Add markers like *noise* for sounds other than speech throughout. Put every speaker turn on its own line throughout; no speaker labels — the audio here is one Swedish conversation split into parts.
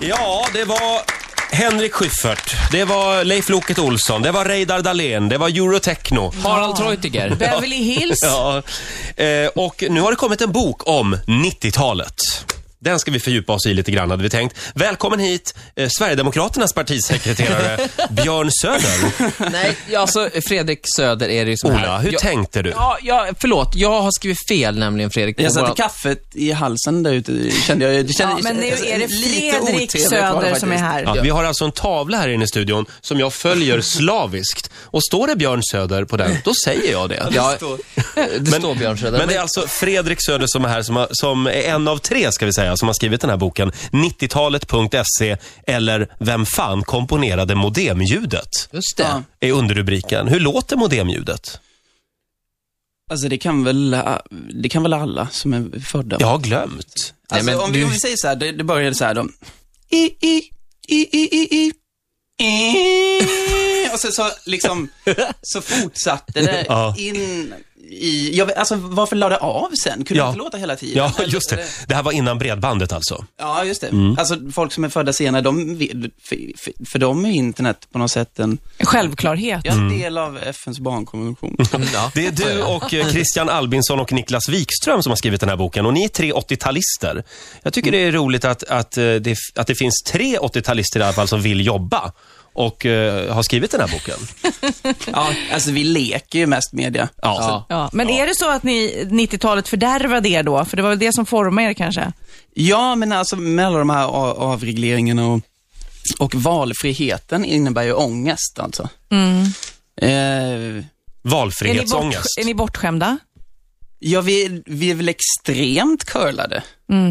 Ja, det var Henrik Schyffert, det var Leif Loket Olsson, det var Reidar Dahlén, det var Eurotechno.
Harald Treutiger. *laughs*
Beverly Hills.
Ja, eh, och nu har det kommit en bok om 90-talet. Den ska vi fördjupa oss i lite grann, hade vi tänkt. Välkommen hit, eh, Sverigedemokraternas
*laughs*
partisekreterare Björn Söder.
Nej, ja, alltså Fredrik Söder är det ju som
Ola,
här.
hur
jag,
tänkte du?
Ja, ja, förlåt. Jag har skrivit fel nämligen, Fredrik.
Jag
Våra-
satte kaffet i halsen där ute, kände jag. Det kände, Alltså,
Ja, men nu är det
lite
Fredrik
otrevligt var det
Söder som är
faktiskt.
här.
Ja, vi har alltså en tavla här inne i studion som jag
*laughs*
följer slaviskt. Och står det Björn Söder på den, då säger jag det.
Ja, det står Björn Söder.
Men det är alltså Fredrik Söder som är här, som, har, som är en av tre ska vi säga, som har skrivit den här boken. 90talet.se eller Vem fan komponerade modemljudet?
Just det.
Ja.
Är underrubriken. Hur låter modemljudet?
Alltså det kan, väl, det kan väl alla som är födda?
Jag har glömt.
Alltså,
Nej, men
om, vi,
du-
om vi säger så här, det, det började så här då. I, i, i, i,
*laughs*
i, i. I. Och sen så liksom, så fortsatte det
Ja.
in i, jag vet, alltså varför la det av sen? Kunde
Ja.
det inte låta hela tiden?
Ja,
Eller-
just det. Det här var innan bredbandet alltså.
Ja, just det. Alltså folk som är födda senare, de, vet- för, för, för dem är internet på något sätt en,
Självklarhet.
ja, del av FNs barnkonvention.
Mm. *laughs* Ja.
Det är du och
*laughs*
eh, Christian Albinsson och Niklas Wikström som har skrivit den här boken och ni är tre 80-talister. Jag tycker det är roligt att, att, eh, det, att det finns tre 80-talister i alla fall som vill jobba och eh, har skrivit den här boken.
Ja, alltså vi leker ju mest med det.
Ja.
Ja, men är det så att ni 90-talet fördärvade er då? För det var väl det som formade er kanske?
Ja, men alltså med alla de här a- avregleringarna och, och valfriheten innebär ju ångest alltså. Eh,
Är ni, bort,
Valfrihetsångest.
är ni bortskämda?
ja, vi, vi är väl extremt curlade.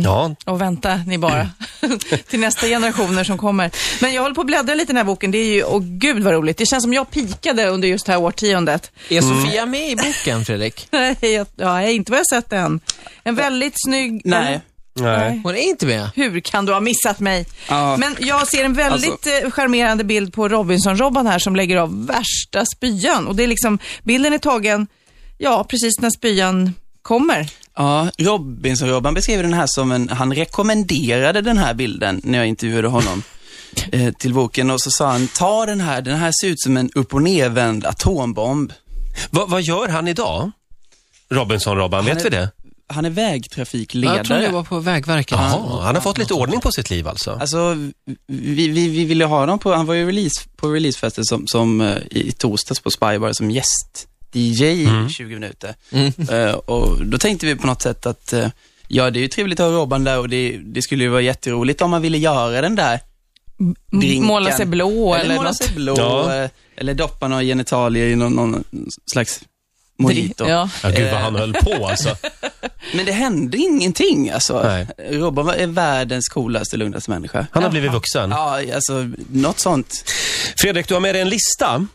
Ja,
Och vänta ni bara *laughs* till nästa generationer som kommer. Men jag håller på att bläddra lite i den här boken. Det är ju, åh gud vad roligt. Det känns som jag pikade under just det här årtiondet. *laughs*
Är
Mm.
Sofia med i boken, Fredrik?
Nej, jag, ja, jag har inte vad jag sett än. En väldigt snygg...
Nej.
nej.
Hon är inte med.
Hur kan du ha missat mig?
Ja. Alltså-
Men jag ser en väldigt eh, charmerande bild på Robinson-Robban här som lägger av värsta spyan. Och det är liksom, bilden är tagen, ja, precis när spyan kommer.
Ja, Robinson-Robban beskrev den här som en, han rekommenderade den här bilden när jag intervjuade *laughs* honom eh, till boken och så sa han, ta den här, den här ser ut som en upp och nedvänd atombomb.
Vad- vad gör han idag? Robinson-Robban, vet
är-
vi det?
Han är vägtrafikledare.
Jag tror jag var på Vägverket.
Jaha, han har fått lite ordning på sitt liv alltså.
Alltså, vi, vi, vi ville ha dem på, han var ju release, på releasefesten som, som eh, i torsdags på Spybar som gäst DJ
Mm.
i 20 minuter. Eh, och då tänkte vi på något sätt att, eh, ja det är ju trevligt att ha Robban där och det, det skulle ju vara jätteroligt om man ville göra den där drinken.
Måla sig blå eller,
måla
något.
sig blå,
Ja.
eh, eller doppa några genitalier i någon, någon slags mojito.
Ja.
Ja, gud vad han höll på alltså.
Men det hände ingenting alltså.
Nej.
Robban var- är världens coolaste, lugnaste människa.
Han har blivit vuxen.
Ja, alltså något sånt.
Fredrik, du har med dig en lista.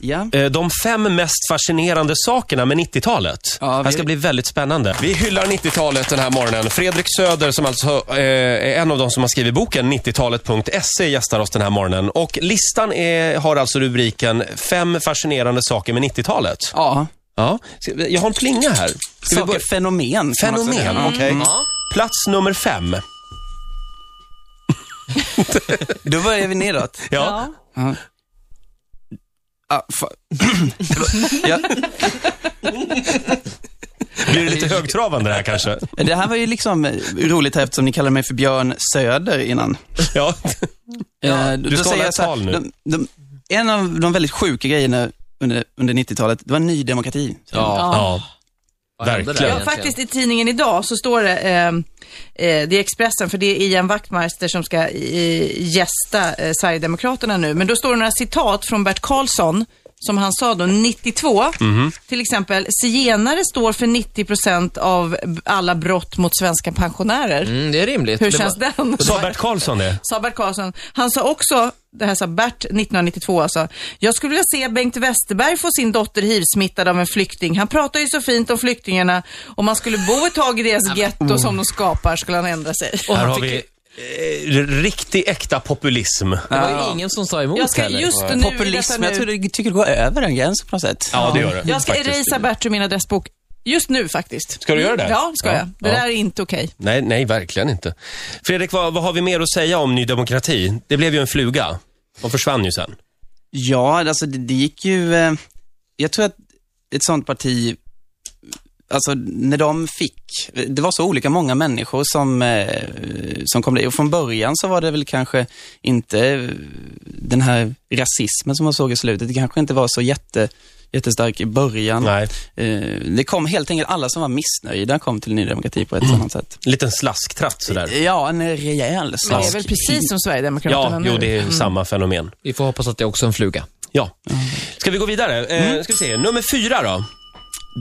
Ja.
Eh, De fem mest fascinerande sakerna med 90-talet.
Ja,
Det här
vi-
ska bli väldigt spännande. Vi hyllar 90-talet den här morgonen. Fredrik Söder, som alltså eh, är en av de som har skrivit boken 90talet.se, gästar oss den här morgonen. Och listan är, har alltså rubriken Fem fascinerande saker med 90-talet.
Ja.
Ja. Ska- Jag har en plinga här. Ska vi
Saker,
börja?
fenomen. kan man Mm. också säga.
Fenomen, okej.
Mm.
Plats nummer fem.
Då börjar vi nedåt.
Ja.
Ah, fa- ja,
Blir det lite högtravande det här kanske?
det här var ju liksom eh, roligt här eftersom ni kallade mig för Björn Söder innan. Eh,
Ja.
Ja,
du ska hålla ett tal nu.
De, de, en av de väldigt sjuka grejerna under, under 90-talet, det var Ny Demokrati.
Ja.
ja.
Vad hände där
Verkligen.
Ja,
egentligen?
faktiskt i tidningen idag så står det, eh, eh, det är Expressen, för det är Ian Wachtmeister som ska eh, gästa eh, Sverigedemokraterna nu. Men då står det några citat från Bert Karlsson, som han sa då, 92.
Mhm.
Till exempel, zigenare står för 90% av b- alla brott mot svenska pensionärer.
Mm, det är rimligt.
Hur
det
känns
var...
den?
Sa Bert Karlsson det?
sa Bert Karlsson. Han sa också, det här sa Bert 1992 alltså, jag skulle vilja se Bengt Westerberg få sin dotter hivsmittad av en flykting. Han pratar ju så fint om flyktingarna. Om man skulle bo ett tag i deras
Mm.
getto som de skapar skulle han ändra sig.
Och
Här
han
har
fick...
vi eh, riktig äkta populism.
Det var ju ingen som sa emot
Jag ska
heller.
just nu, i detta
Populism, jag
nu-
tror det, tycker det går över den gränsen på något sätt.
Ja, det gör det.
jag ska
faktiskt.
erasa Bert ur min adressbok Just nu faktiskt.
Ska du göra det?
Ja, ska
Ja,
jag. Det
ja.
där är inte okej.
Nej, nej, verkligen inte. Fredrik, vad, vad har vi mer att säga om Ny Demokrati? Det blev ju en fluga. De försvann ju sen.
Ja, alltså det, det gick ju... eh, Jag tror att ett sånt parti, alltså när de fick, det var så olika många människor som, eh, som kom dit. Och från början så var det väl kanske inte eh, den här rasismen som man såg i slutet, det kanske inte var så jätte, jättestark i början.
Nej.
Eh, Det kom helt enkelt alla som var missnöjda kom till Ny Demokrati på ett annat sätt.
En liten slasktratt sådär.
Ja, en rejäl
Men det är
slask.
väl precis som Sverigedemokraterna
Ja,
nu?
jo, det är samma fenomen.
Vi får hoppas att det är också är en fluga.
Ja. Ska vi gå vidare? Eh, ska vi se. Nummer fyra då.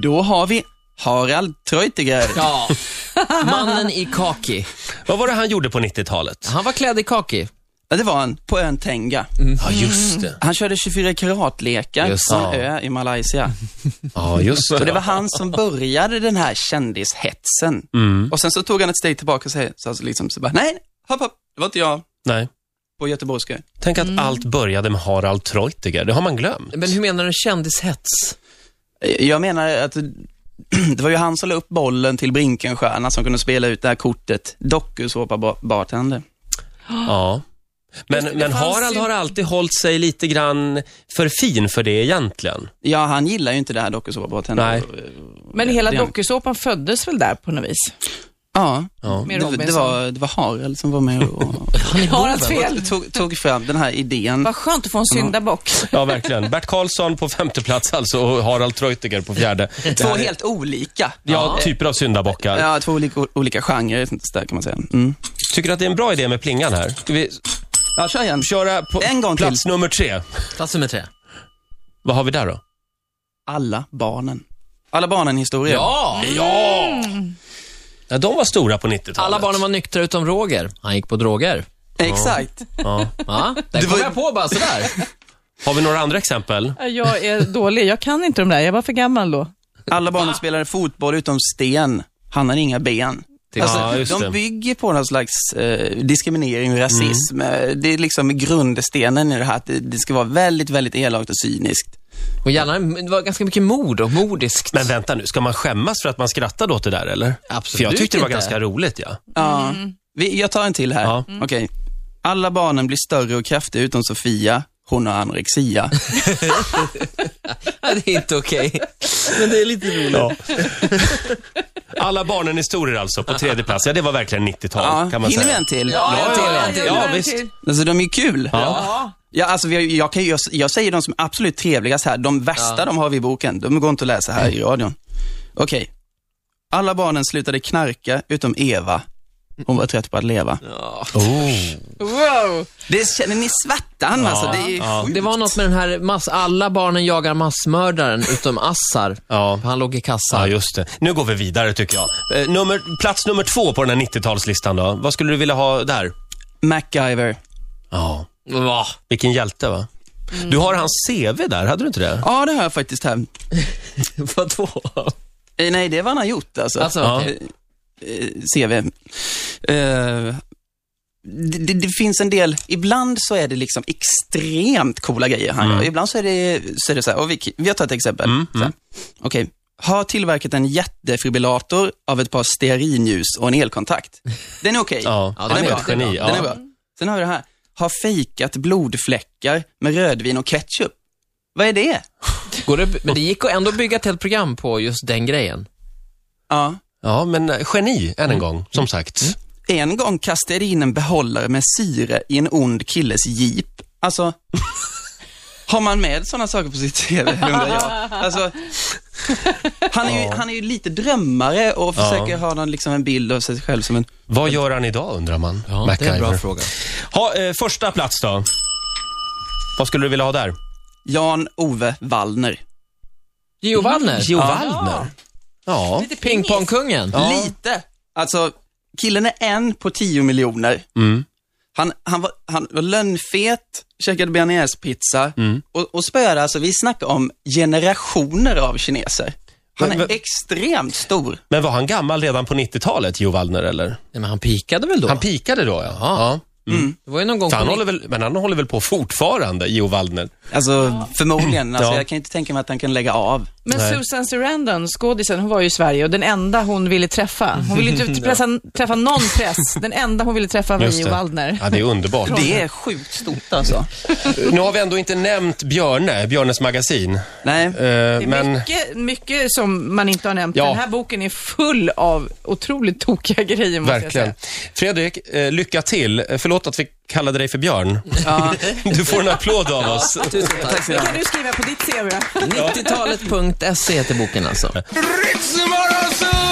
Då har vi Harald Treutiger.
Ja. *laughs* Mannen i kaki.
Vad var det han gjorde på 90-talet?
Han var klädd i kaki.
Ja, det var han, på ön Tenga.
Ja, just det.
Han körde 24 karatlekar
Just
på en
det.
ö i Malaysia.
Ja, just
Så det var
det.
han som började den här kändishetsen.
Mm.
Och sen så tog han ett steg tillbaka och sa, så så liksom, så bara, nej, hopp, hopp, det var inte jag
Nej.
på Göteborgska.
Tänk att allt började med Harald Treutiger. Det har man glömt.
Men hur menar du kändishets?
Jag menar att *clears throat* det var ju han som la upp bollen till Brinkenstierna som kunde spela ut det här kortet, dokusåpa-bartender.
Ja. Men, men
fanns
Harald
ju-
har alltid hållit sig lite grann för fin för det egentligen.
Ja, han gillar ju inte det här dokusåpa-bartender.
Nej.
Men hela
Det är han.
dokusåpan föddes väl där på något vis?
Ja,
Ja.
Med
det,
Robinson.
det, var, det var Harald som var med
*laughs*
och,
Har allt fel.
och tog, tog fram den här idén.
Vad skönt att få en
Mm.
syndabock.
Ja, verkligen. Bert Karlsson på femte plats alltså och Harald Treutiger på fjärde. Det
Två
här är-
helt olika.
Ja, typer av syndabockar.
Ja, två olika, olika genrer, så där kan man säga. Mm.
Tycker du att det är en bra idé med plingan här? Ska vi
Ja, kör igen.
köra på
En gång till.
plats nummer tre?
Plats nummer tre.
Vad har vi där då?
Alla barnen. Alla barnen historia.
Ja!
Ja! ja de var stora på 90-talet.
Alla barnen var nyktra utom Roger. Han gick på droger.
Exakt.
Ja. *laughs*
Ja, det
Det
kom
var-
jag på bara sådär.
Har vi några andra exempel?
Ja, *laughs* Jag är dålig, jag kan inte de där. Jag var för gammal då.
Alla barnen spelade fotboll utom Sten. Han har inga ben. Alltså,
Ja, just det. Mm.
de bygger på någon slags eh, diskriminering och rasism. Eh, Det är liksom grundstenen i det här, att det, det ska vara väldigt, väldigt elakt och cyniskt.
Och gärna, det var ganska mycket mord och mordiskt.
Men vänta nu, ska man skämmas för att man skrattade åt det där eller?
Absolut
För jag tyckte det var
inte.
ganska roligt ja.
Ja. Vi, jag tar en till här.
Mm.
Mm.
Ja.
Okej. Alla barnen blir större och kraftiga utom Sofia. Hon har anorexia.
Nej, *laughs* det är inte okej.
*laughs* Men det är lite roligt. Ja. Alla barnen är stora alltså på tredje plats. Ja, det var verkligen 90-tal
Ja,
kan man
hinner vi
säga.
en till?
Ja, en till, en till.
ja,
gör en
visst.
till.
Alltså de är ju kul.
Ja.
Ja, alltså, jag, jag, kan, ju- jag, jag säger de som är absolut trevligast här. De värsta de har vi i boken, de går inte att läsa här i radion. Okej. Alla barnen slutade knarka utom Eva. Hon var trött på att leva.
Oh.
Wow!
Det känner ni svärtan alltså. Det är ju
ja.
sjukt.
Det var något med den här mass... Alla barnen jagar massmördaren utom Assar.
Ja.
Han låg i
ja,
kassar.
just det. Nu går vi vidare tycker jag. Eh, nummer, plats nummer två på den här 90-talslistan då. Vad skulle du vilja ha där?
MacGyver.
Ja,
Va? *laughs*
vilken hjälte va? Du har hans CV där, hade du inte det?
Ja, det har jag faktiskt här.
Vadå?
Eh, Nej, det var han har gjort alltså.
Alltså,
Ja.
okej.
eh, CV. Eh, det, det, det finns en del, ibland så är det liksom extremt coola grejer han
Mm.
gör. Ibland så är det, så är det så här, och vi, vi har tagit ett exempel. Så här, Okej, har tillverkat en jättefibrillator av ett par stearinljus och en elkontakt. Den är okej.
*laughs* Ja,
Ja,
han
den
är
är
ett
bra.
geni.
Den är
Ja.
bra. Sen har vi det här, har fejkat blodfläckar med rödvin och ketchup. Vad är det?
Går det... Men det gick att ändå bygga ett helt program på just den grejen.
Ja.
ja, men eh, geni än en gång, som sagt.
En gång kastade jag in en behållare med syre i en ond killes jeep. Alltså, har man med sådana saker på sitt CV, undrar jag. Alltså, han, är ju, han är ju lite drömmare och försöker ha någon, liksom, en bild av sig själv som en...
Vad gör han idag undrar man?
det är en bra
MacGyver.
fråga.
Ha, eh, första plats då. Vad skulle du vilja ha där?
Jan-Ove Wallner.
Gio Wallner?
Jo Mm. Wallner. Ja.
Lite pingpong.
Pingpongkungen?
Lite. Alltså, killen är en på 10 miljoner.
Mm.
Han, han, var, han var lönnfet, käkade bearnaisepizza
Mm.
och, och spöade, alltså vi snackar om generationer av kineser. Han
Men-
är extremt stor.
Men var han gammal redan på 90-talet, Jo Wallner, eller?
Nej, men han pikade väl då?
Han pikade då, ja. ja.
Det var ju någon gång
Så han
på
håller väl, men han håller väl på fortfarande, Jo Wallner?
Alltså förmodligen, alltså,
Ja. *clears throat*
jag kan ju inte tänka mig att han kan lägga av.
Men
Nej.
Susan Sarandon, skådisen, hon var ju i Sverige och den enda hon ville träffa. Hon ville
*laughs*
inte pressa, träffa någon press. Den enda hon ville träffa var
Just
Gio
det.
Waldner.
Ja, det är
*laughs*
underbart.
Det är sjukt stort alltså.
Nu har vi ändå inte nämnt Björne, Björnes magasin.
Nej.
*laughs* Eh,
Det är
men
mycket, mycket som man inte har nämnt.
Ja.
Den här boken är full av otroligt tokiga grejer, måste
verkligen.
jag
Fredrik, eh, lycka till. Eh, Förlåt att vi kallade dig för
*laughs*
Björn.
Ja,
Du får en applåd av oss.
Tusen
*laughs*
tack.
tack så
säga. Det
mycket.
kan du skriva på ditt CV.
90-talet.se heter E boken alltså.
Ritzmorgonzoo!